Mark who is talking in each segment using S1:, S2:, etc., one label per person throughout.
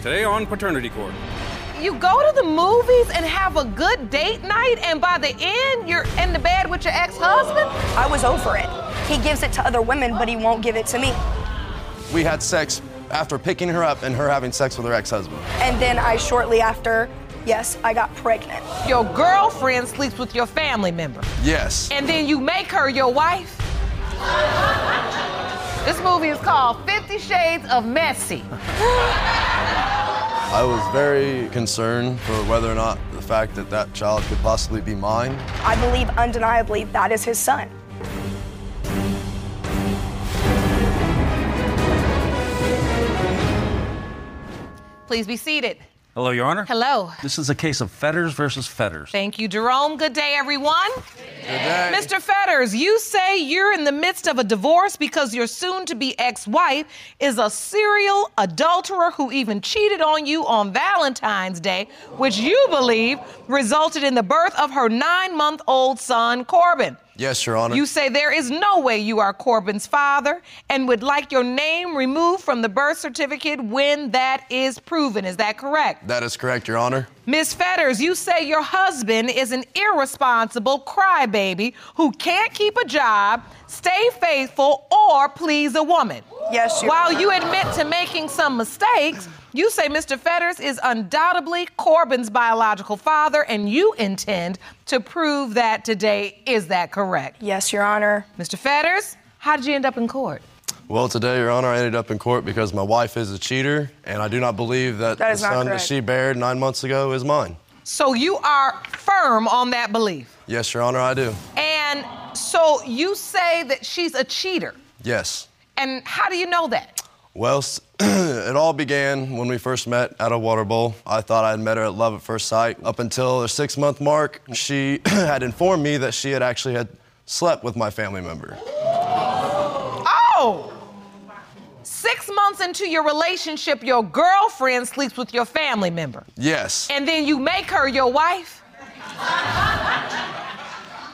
S1: Today on Paternity Court.
S2: You go to the movies and have a good date night, and by the end, you're in the bed with your ex husband?
S3: I was over it. He gives it to other women, but he won't give it to me.
S4: We had sex after picking her up and her having sex with her ex-husband.
S3: And then I shortly after, yes, I got pregnant.
S2: Your girlfriend sleeps with your family member,
S4: Yes.
S2: and then you make her your wife? This movie is called Fifty Shades of Messy.
S4: I was very concerned for whether or not the fact that that child could possibly be mine.
S3: I believe undeniably that is his son.
S2: Please be seated.
S1: Hello, Your Honor.
S2: Hello.
S1: This is a case of fetters versus fetters.
S2: Thank you, Jerome. Good day, everyone. Mr. Fetters, you say you're in the midst of a divorce because your soon to be ex wife is a serial adulterer who even cheated on you on Valentine's Day, which you believe resulted in the birth of her nine month old son, Corbin.
S4: Yes, Your Honor.
S2: You say there is no way you are Corbin's father and would like your name removed from the birth certificate when that is proven. Is that correct?
S4: that is correct, Your Honor.
S2: Miss Fetters, you say your husband is an irresponsible crybaby who can't keep a job, stay faithful, or please a woman.
S3: Yes, Your
S2: While
S3: Honor.
S2: you admit to making some mistakes, you say Mr. Fetters is undoubtedly Corbin's biological father, and you intend to prove that today. Is that correct?
S3: Yes, Your Honor.
S2: Mr. Fetters, how did you end up in court?
S4: Well, today, Your Honor, I ended up in court because my wife is a cheater, and I do not believe that,
S3: That
S4: the
S3: is not
S4: son
S3: correct.
S4: that she bared nine months ago is mine.
S2: So you are firm on that belief.
S4: Yes, Your Honor, I do.
S2: And so you say that she's a cheater.
S4: Yes.
S2: And how do you know that?
S4: Well, s- it all began when we first met at a water bowl. I thought I had met her at love at first sight. Up until the six month mark, she had informed me that she had actually had slept with my family member.
S2: Oh! Six months into your relationship, your girlfriend sleeps with your family member.
S4: Yes.
S2: And then you make her your wife?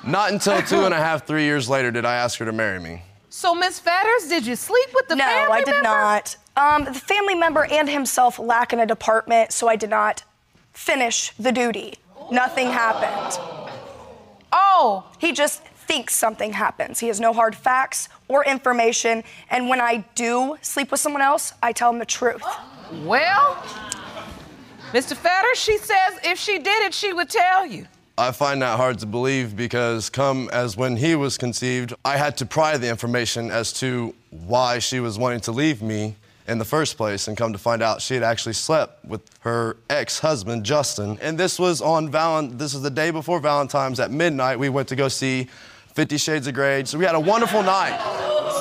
S4: Not until two and a half, three years later did I ask her to marry me.
S2: So, Miss Fetters, did you sleep with the
S3: no,
S2: family
S3: I did
S2: member?
S3: not. Um, the family member and himself lack in a department, so I did not finish the duty. Nothing happened.
S2: Oh,
S3: He just thinks something happens. He has no hard facts or information. And when I do sleep with someone else, I tell him the truth.
S2: well, Mr. Fetters, she says if she did it, she would tell you.
S4: I find that hard to believe because, come as when he was conceived, I had to pry the information as to why she was wanting to leave me in the first place, and come to find out she had actually slept with her ex-husband Justin. And this was on Valen. This was the day before Valentine's at midnight. We went to go see Fifty Shades of Grey, so we had a wonderful night.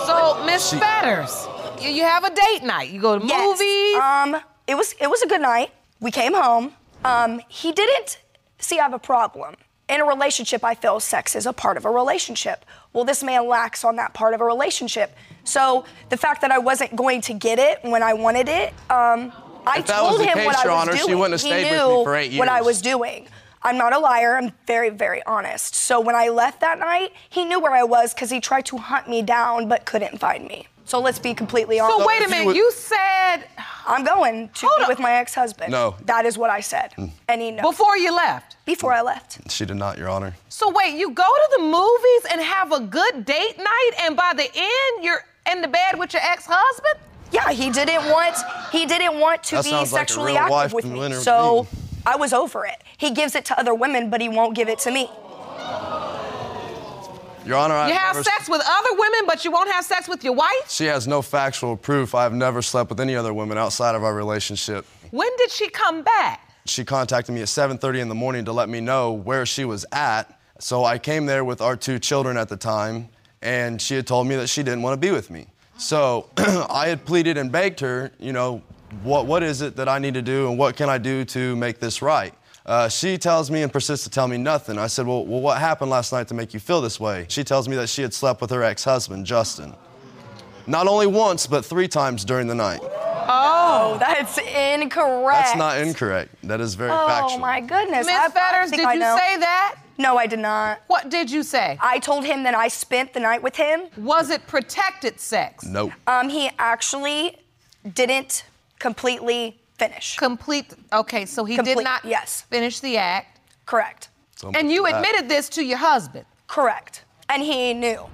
S2: So, Miss Fetters, you you have a date night. You go to movies.
S3: Um, it was it was a good night. We came home. Um, he didn't see I have a problem. In a relationship, I feel sex is a part of a relationship. Well, this man lacks on that part of a relationship. So the fact that I wasn't going to get it when I wanted it, um, I
S4: If that was
S3: told
S4: the
S3: him what
S4: case, Your
S3: I was
S4: Honor, she
S3: doing.
S4: wouldn't have
S3: he
S4: stayed with
S3: knew
S4: me for eight
S3: what I
S4: years.
S3: was doing. I'm not a liar. I'm very, very honest. So when I left that night, he knew where I was because he tried to hunt me down but couldn't find me. So let's be completely honest.
S2: so, wait a
S4: if you
S2: minute,
S4: would-
S2: you said
S3: I'm going to
S2: Hold
S3: be
S2: on.
S3: with my ex-husband.
S4: No. Mm.
S3: That is what I said. And he knows.
S2: before you left.
S3: Before I left.
S4: She did not, Your Honor.
S2: So wait, you go to the movies and have a good date night, and by the end, you're in the bed with your ex-husband?
S3: Yeah, he didn't want he didn't want to
S4: That
S3: be
S4: sounds like a
S3: sexually
S4: real wife
S3: active with
S4: and
S3: me.
S4: winner
S3: So
S4: beating.
S3: I was over it. He gives it to other women, but he won't give it to me.
S4: Your Honor, I
S2: You have sex with other women, but you won't have sex with your wife?
S4: She has no factual proof. I have never slept with any other women outside of our relationship.
S2: When did she come back?
S4: she contacted me at 7:30 in the morning to let me know where she was at So I came there with our two children at the time, and she had told me that she didn't want to be with me. So I had pleaded and begged her, you know, what, what is it that I need to do and what can I do to make this right? Uh, she tells me and persists to tell me nothing. I said, well, well, what happened last night to make you feel this way? She tells me that she had slept with her ex husband, Justin. Not only once, but three times during the night.
S3: Oh, that's incorrect.
S4: That's not incorrect. That is very
S3: Oh
S4: factual.
S3: my goodness.
S2: Miss
S3: I- I
S2: Fetters,
S3: think
S2: did
S3: I
S2: you
S3: know.
S2: say that?
S3: No, I did not.
S2: What did you say?
S3: I told him that I spent the night with him.
S2: Was it protected sex?
S4: Nope.
S3: Um, he actually didn't completely finish.
S2: Complete. Okay, so he did
S3: Complete,
S2: not
S3: yes.
S2: finish the act.
S3: Correct.
S2: And you
S4: That-
S2: admitted this to your husband.
S3: Correct. And he knew.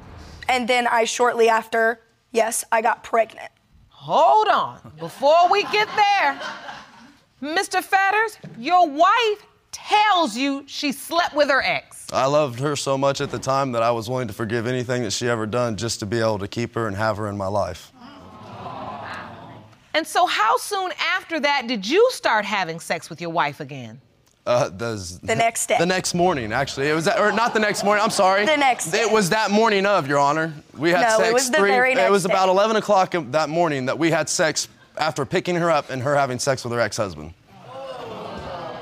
S3: And then I shortly after, yes, I got pregnant.
S2: Hold on. Before we get there, Mr. Fetters, your wife tells you she slept with her ex.
S4: I loved her so much at the time that I was willing to forgive anything that she ever done just to be able to keep her and have her in my life.
S2: And so, how soon after that did you start having sex with your wife again?
S4: Uh, the,
S3: The next day.
S4: The next morning, actually. It was that, or not the next morning. I'm sorry.
S3: The next day.
S4: It was that morning of, Your Honor. We had
S3: No, it
S4: sex.
S3: was the
S4: three,
S3: very
S4: It
S3: next
S4: was about
S3: day.
S4: 11 o'clock of that morning that we had sex after picking her up and her having sex with her ex-husband.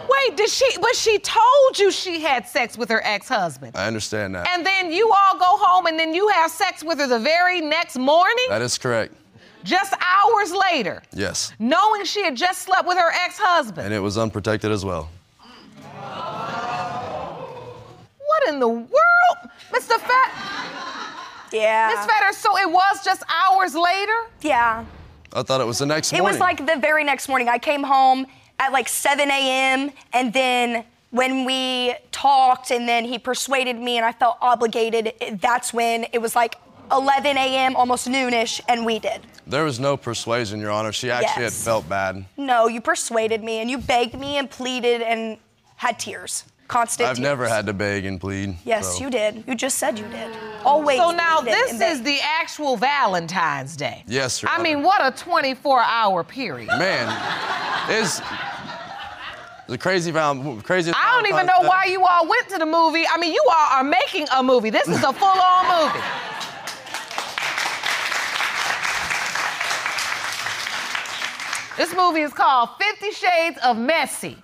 S2: Wait, did she? But she told you she had sex with her ex-husband.
S4: I understand that.
S2: And then you all go home, and then you have sex with her the very next morning,
S4: that is correct.
S2: just hours later,
S4: Yes.
S2: knowing she had just slept with her ex-husband.
S4: And it was unprotected as well.
S2: What in the world, Mr. Fett?
S3: Yeah.
S2: Miss Fetter, so it was just hours later?
S3: Yeah.
S4: I thought it was the next
S3: It
S4: morning.
S3: was like the very next morning. I came home at like 7 a.m. and then when we talked and then he persuaded me and I felt obligated, it- that's when it was like 11 a.m., almost noonish, and we did.
S4: There was no persuasion, Your Honor. She actually
S3: Yes.
S4: had felt bad.
S3: No, you persuaded me and you begged me and pleaded and had tears. Constant
S4: I've
S3: tears.
S4: never had to beg and plead.
S3: Yes,
S4: so-
S3: you did. You just said you did. Always.
S2: So now
S3: pleaded
S2: this
S3: and begged.
S2: is the actual Valentine's Day.
S4: Yes, Your
S2: I
S4: Honor.
S2: mean, what a 24-hour period.
S4: Man, it's the crazy val- crazy.
S2: I don't even know why you all went to the movie. I mean, you all are making a movie. This is a full-on movie. This movie is called Fifty Shades of Messy.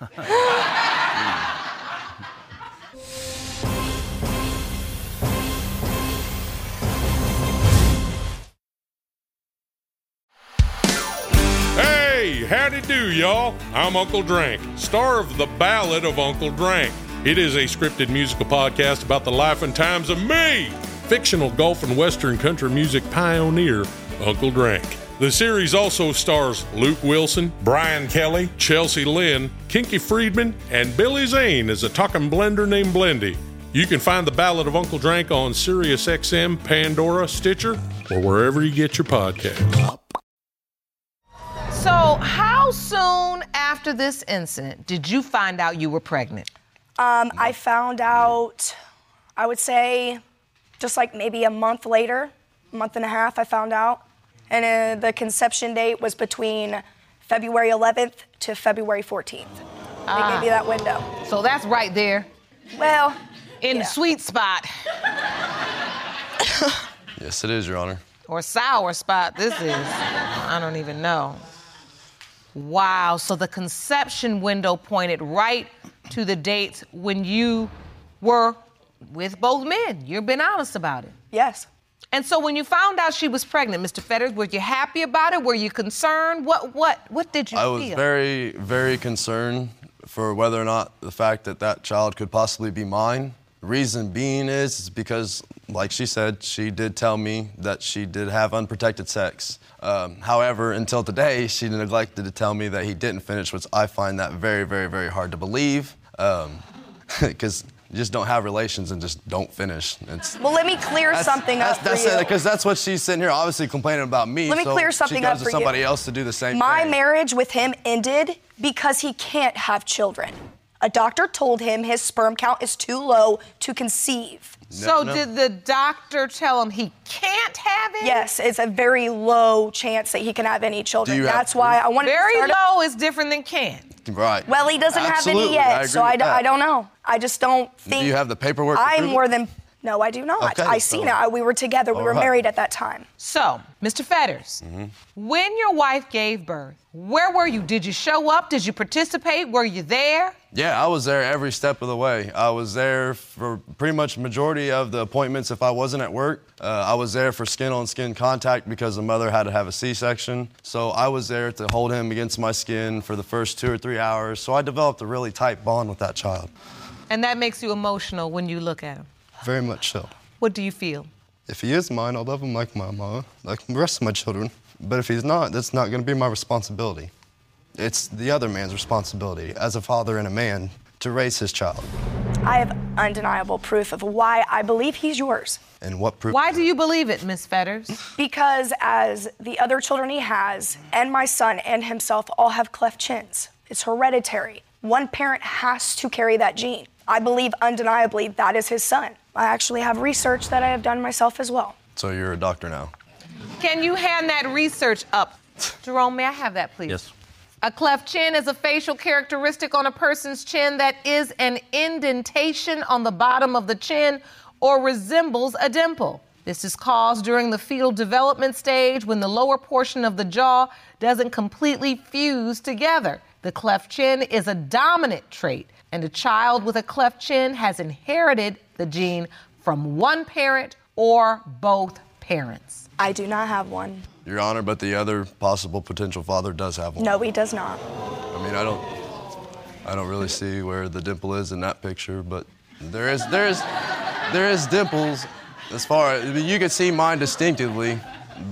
S5: Hey, howdy do, y'all. I'm Uncle Drank, star of The Ballad of Uncle Drank. It is a scripted musical podcast about the life and times of me, fictional golf and western country music pioneer, Uncle Drank. The series also stars Luke Wilson, Brian Kelly, Chelsea Lynn, Kinky Friedman, and Billy Zane as a talking blender named Blendy. You can find The Ballad of Uncle Drank on SiriusXM, Pandora, Stitcher, or wherever you get your podcasts.
S2: So, how soon after this incident did you find out you were pregnant?
S3: Um, I found out, I would say, just like maybe a month later, a month and a half, I found out. And uh, the conception date was between February 11th to February 14th. They
S2: Ah.
S3: gave me that window.
S2: So that's right there
S3: Well,
S2: in the
S3: Yeah.
S2: sweet spot
S4: Yes, it is, Your Honor.
S2: or sour spot. This is, I don't even know. Wow. So the conception window pointed right to the dates when you were with both men. You've been honest about it.
S3: yes.
S2: And so when you found out she was pregnant, Mr. Fetters, were you happy about it? Were you concerned? What what what did you
S4: I
S2: feel?
S4: was very, very concerned for whether or not the fact that that child could possibly be mine. Reason being is, is because, like she said, she did tell me that she did have unprotected sex. Um, however, until today, she neglected to tell me that he didn't finish, which I find that very, very, very hard to believe. Because you just don't have relations and just don't finish. It's
S3: Well, let me clear something
S4: that's,
S3: up
S4: that's
S3: for you.
S4: Because that's what she's sitting here obviously complaining about me.
S3: Let me
S4: so
S3: clear something
S4: she goes
S3: up
S4: to
S3: for you.
S4: somebody else to do the same
S3: My
S4: thing.
S3: marriage with him ended because he can't have children. A doctor told him his sperm count is too low to conceive.
S2: so
S4: no.
S2: did the doctor tell him he can't have it?
S3: Yes, it's a very low chance that he can have any children.
S4: Do you have
S3: That's why I wanted
S2: Very
S3: to start a-
S2: low is different than can.
S4: Right.
S3: Well, he doesn't have any
S4: Absolutely,
S3: yet,
S4: I agree
S3: so I,
S4: with
S3: d-
S4: that.
S3: I don't know. I just don't think.
S4: you have the paperwork to
S3: I'm
S4: prove it?
S3: more than. No, I do not.
S4: Okay,
S3: I seen
S4: so- Oh,
S3: it. I- we were together. We
S4: All
S3: were
S4: right.
S3: married at that time.
S2: So, Mr. Fetters, when your wife gave birth, where were you? Did you show up? Did you participate? Were you there?
S4: Yeah, I was there every step of the way. I was there for pretty much majority of the appointments. If I wasn't at work, uh, I was there for skin-on-skin contact because the mother had to have a C-section. So I was there to hold him against my skin for the first two or three hours. So I developed a really tight bond with that child.
S2: And that makes you emotional when you look at him.
S4: Very much so.
S2: What do you feel?
S4: If he is mine, I'll love him like my mama, like the rest of my children. But if he's not, that's not going to be my responsibility. It's the other man's responsibility as a father and a man to raise his child.
S3: I have undeniable proof of why I believe he's yours.
S4: And what proof?
S2: Why do you believe it, Miss Fetters?
S3: Because as the other children he has, and my son and himself all have cleft chins. It's hereditary. One parent has to carry that gene. I believe undeniably that is his son. I actually have research that I have done myself as well.
S4: So you're a doctor now.
S2: Can you hand that research up? Jerome, may I have that, please?
S1: Yes.
S2: A cleft chin is a facial characteristic on a person's chin that is an indentation on the bottom of the chin or resembles a dimple. This is caused during the fetal development stage when the lower portion of the jaw doesn't completely fuse together. The cleft chin is a dominant trait, and a child with a cleft chin has inherited the gene from one parent or both parents.
S3: I do not have one.
S4: Your Honor, but the other possible potential father does have one.
S3: No, he does not.
S4: I mean, I don't, I don't really see where the dimple is in that picture, but there is, there is, there is dimples. As far as I mean, you can see mine distinctively,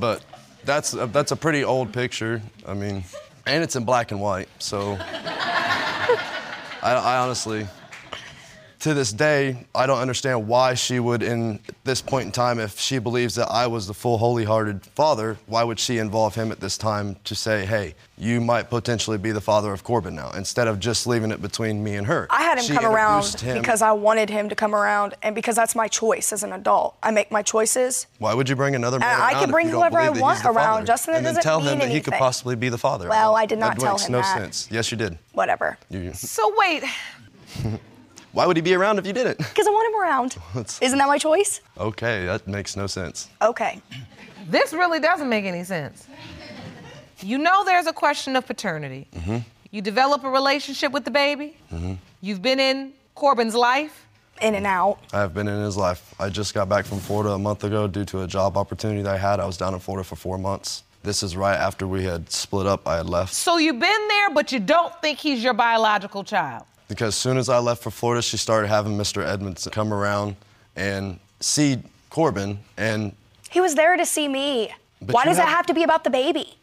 S4: but that's a, that's a pretty old picture. I mean, and it's in black and white, so I, I honestly, to this day, I don't understand why she would, in this point in time, if she believes that I was the full holy hearted father, why would she involve him at this time to say, hey, you might potentially be the father of Corbin now, instead of just leaving it between me and her?
S3: I had him
S4: She
S3: come around
S4: introduced him.
S3: because I wanted him to come around and because that's my choice as an adult. I make my choices.
S4: Why would you bring another man
S3: I- I
S4: around
S3: can
S4: if
S3: bring
S4: you don't
S3: whoever I
S4: believe that he's
S3: want
S4: the
S3: around,
S4: father?
S3: Justin, it
S4: and then
S3: doesn't
S4: tell
S3: mean
S4: him that he could
S3: anything.
S4: possibly be the father.
S3: Well,
S4: don't-
S3: I did not
S4: that
S3: tell
S4: makes
S3: him
S4: no
S3: that.
S4: sense. Yes, you did.
S3: Whatever.
S4: You-
S2: So wait,
S4: why would he be around if you didn't?
S3: Because I want him around. Isn't that my choice?
S4: Okay, that makes no sense.
S3: Okay.
S2: this really doesn't make any sense. You know there's a question of paternity.
S4: Mm-hmm.
S2: You develop a relationship with the baby. You've been in Corbin's life.
S3: In and out.
S4: I have been in his life. I just got back from Florida a month ago due to a job opportunity that I had. I was down in Florida for four months. This is right after we had split up. I had left
S2: So you've been there, but you don't think he's your biological child.
S4: because soon as I left for Florida, she started having Mr. Edmonds come around and see Corbin. And
S3: He was there to see me.
S4: But
S3: Why
S4: you
S3: does it
S4: have-
S3: have to be about the baby?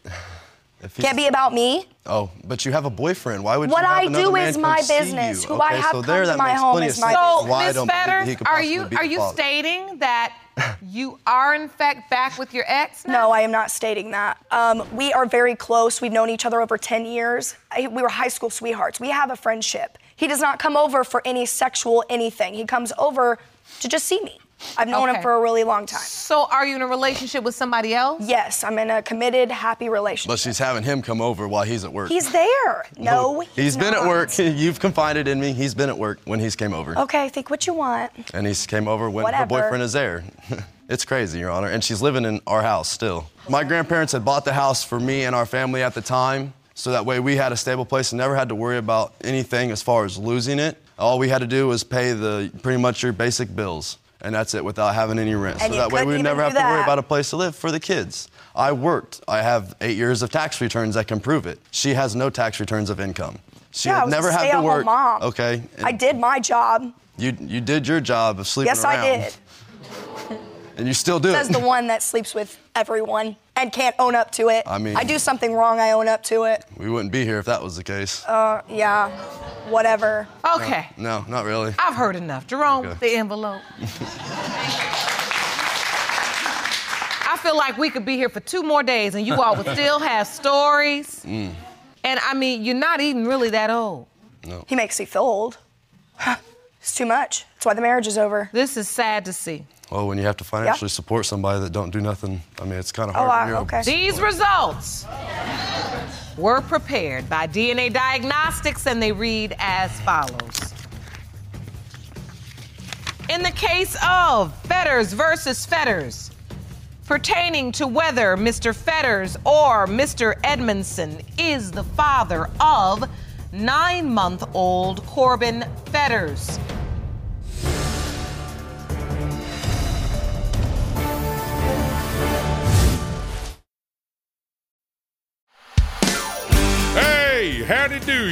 S4: if he's-
S3: Can't be about me.
S4: Oh, but you have a boyfriend. Why would
S3: What
S4: you have
S3: I
S4: another
S3: do
S4: man
S3: is
S4: come
S3: my
S4: see
S3: business.
S4: you?
S3: Who I
S4: Okay,
S3: have
S4: so
S3: come
S4: there,
S3: to
S4: that
S3: my
S4: makes
S3: home
S4: plenty
S3: is
S4: of
S3: my
S4: sense
S2: So,
S4: why I
S2: Miss
S4: don't believe that
S2: Fetter,
S4: he could
S2: are
S4: possibly
S2: you
S4: be
S2: are
S4: the
S2: you
S4: father.
S2: stating that you are in fact back with your ex? Now?
S3: No, I am not stating that. Um, we are very close. We've known each other over 10 years. I- we were high school sweethearts. We have a friendship. He does not come over for any sexual anything. He comes over to just see me. I've known
S2: Okay.
S3: him for a really long time.
S2: So are you in a relationship with somebody else?
S3: Yes, I'm in a committed, happy
S4: But
S3: relationship.
S4: she's having him come over while he's at work.
S3: He's there. No, he's,
S4: he's been at
S3: not.
S4: work. You've confided in me. He's been at work when he's came over.
S3: Okay, think what you want.
S4: And he's came over when her
S3: Whatever.
S4: boyfriend is there. it's crazy, Your Honor. And she's living in our house still. My grandparents had bought the house for me and our family at the time, so that way we had a stable place and never had to worry about anything as far as losing it. All we had to do was pay the pretty much your basic bills, and that's it without having any rent.
S3: And
S4: so
S3: you
S4: that way we
S3: couldn't
S4: would never have
S3: even
S4: to
S3: do
S4: worry
S3: that.
S4: about a place to live for the kids. I worked. I have eight years of tax returns that can prove it. She has no tax returns of income. She
S3: yeah, I
S4: had
S3: was
S4: never
S3: a
S4: had to
S3: stay-at-home
S4: work.
S3: Mom.
S4: Okay.
S3: I did my job.
S4: You you did your job of sleeping
S3: Yes,
S4: around.
S3: I did.
S4: And you still do
S3: Says
S4: it.
S3: the one that sleeps with everyone and can't own up to it.
S4: I mean-
S3: I do something wrong. I own up to it. Uh,
S4: we wouldn't be here if that was the case.
S3: Yeah, whatever.
S2: Okay.
S4: no, not really.
S2: I've heard enough. Jerome,
S4: Okay.
S2: the envelope. I feel like we could be here for two more days and you all would still have stories. And I mean, you're not even really that old.
S3: He makes me feel old. it's too much. That's why the marriage is over.
S2: This is sad to see.
S4: Well, when you have to financially support somebody that don't do nothing, I mean, it's kind of
S3: Oh,
S4: hard.
S3: I-
S4: when you're-
S3: okay.
S2: These results were prepared by DNA Diagnostics and they read as follows. In the case of Fetters versus Fetters, pertaining to whether Mr. Fetters or Mr. Edmondson is the father of nine month old Corbin Fetters.
S5: Hey, howdy do,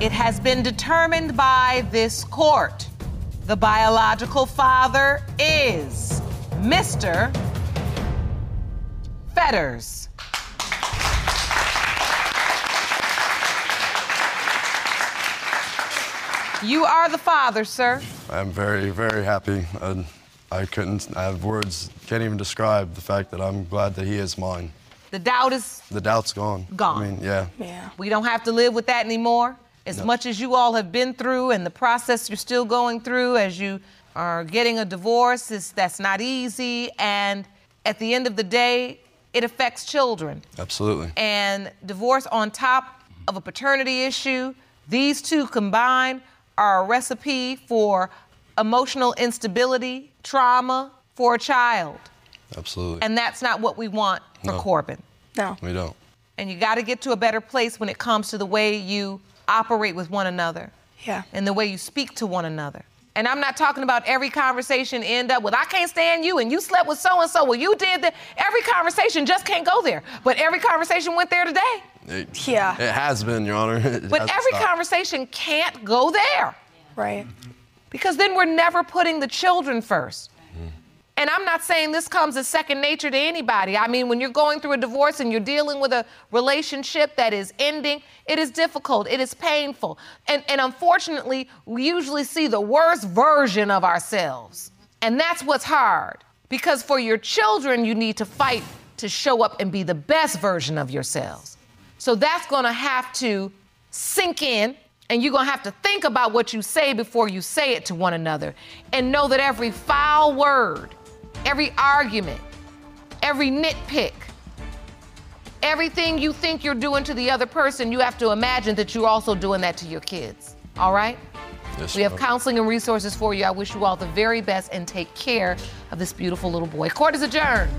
S2: It has been determined by this court. The biological father is Mr. Fetters. You are the father, sir.
S4: I'm very, very happy. And I couldn't, I have words, can't even describe the fact that I'm glad that he is mine.
S2: The doubt is
S4: The doubt's gone.
S2: Gone.
S4: I mean, yeah.
S3: Yeah.
S2: We don't have to live with that anymore. As much as you all have been through and the process you're still going through as you are getting a divorce, is that's not easy. And at the end of the day, it affects children.
S4: Absolutely.
S2: And divorce on top of a paternity issue, these two combined are a recipe for emotional instability, trauma for a child.
S4: Absolutely.
S2: And that's not what we want for
S4: No.
S2: Corbin
S3: No.
S4: we don't.
S2: and you got to get to a better place when it comes to the way you operate with one another
S3: Yeah.
S2: and the way you speak to one another and i'm not talking about every conversation end up with i can't stand you and you slept with so and so well you did that every conversation just can't go there but every conversation went there today
S4: It,
S3: Yeah.
S4: It has been, Your Honor. It
S2: but
S4: hasn't
S2: every
S4: stopped.
S2: conversation can't go there
S3: Right.
S2: because then we're never putting the children first. And I'm not saying this comes as second nature to anybody. I mean, when you're going through a divorce and you're dealing with a relationship that is ending, it is difficult, it is painful. And, and unfortunately, we usually see the worst version of ourselves. And that's what's hard because for your children, you need to fight to show up and be the best version of yourselves. So that's gonna have to sink in, and you're gonna have to think about what you say before you say it to one another. And know that every foul word, every argument, every nitpick, everything you think you're doing to the other person, you have to imagine that you're also doing that to your kids. All right?
S4: Yes,
S2: We have
S4: Your Honor.
S2: counseling and resources for you. I wish you all the very best and take care of this beautiful little boy. Court is adjourned.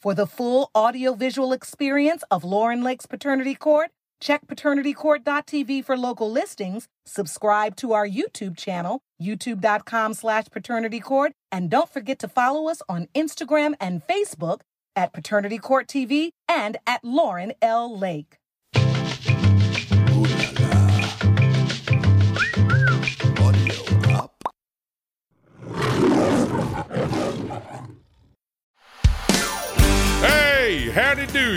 S6: For the full audiovisual experience of Lauren Lake's Paternity Court, check paternitycourt.tv for local listings, subscribe to our YouTube channel, youtube.com slash paternitycourt, and don't forget to follow us on Instagram and Facebook at Paternity Court TV and at Lauren L. Lake.
S5: Hey, howdy do,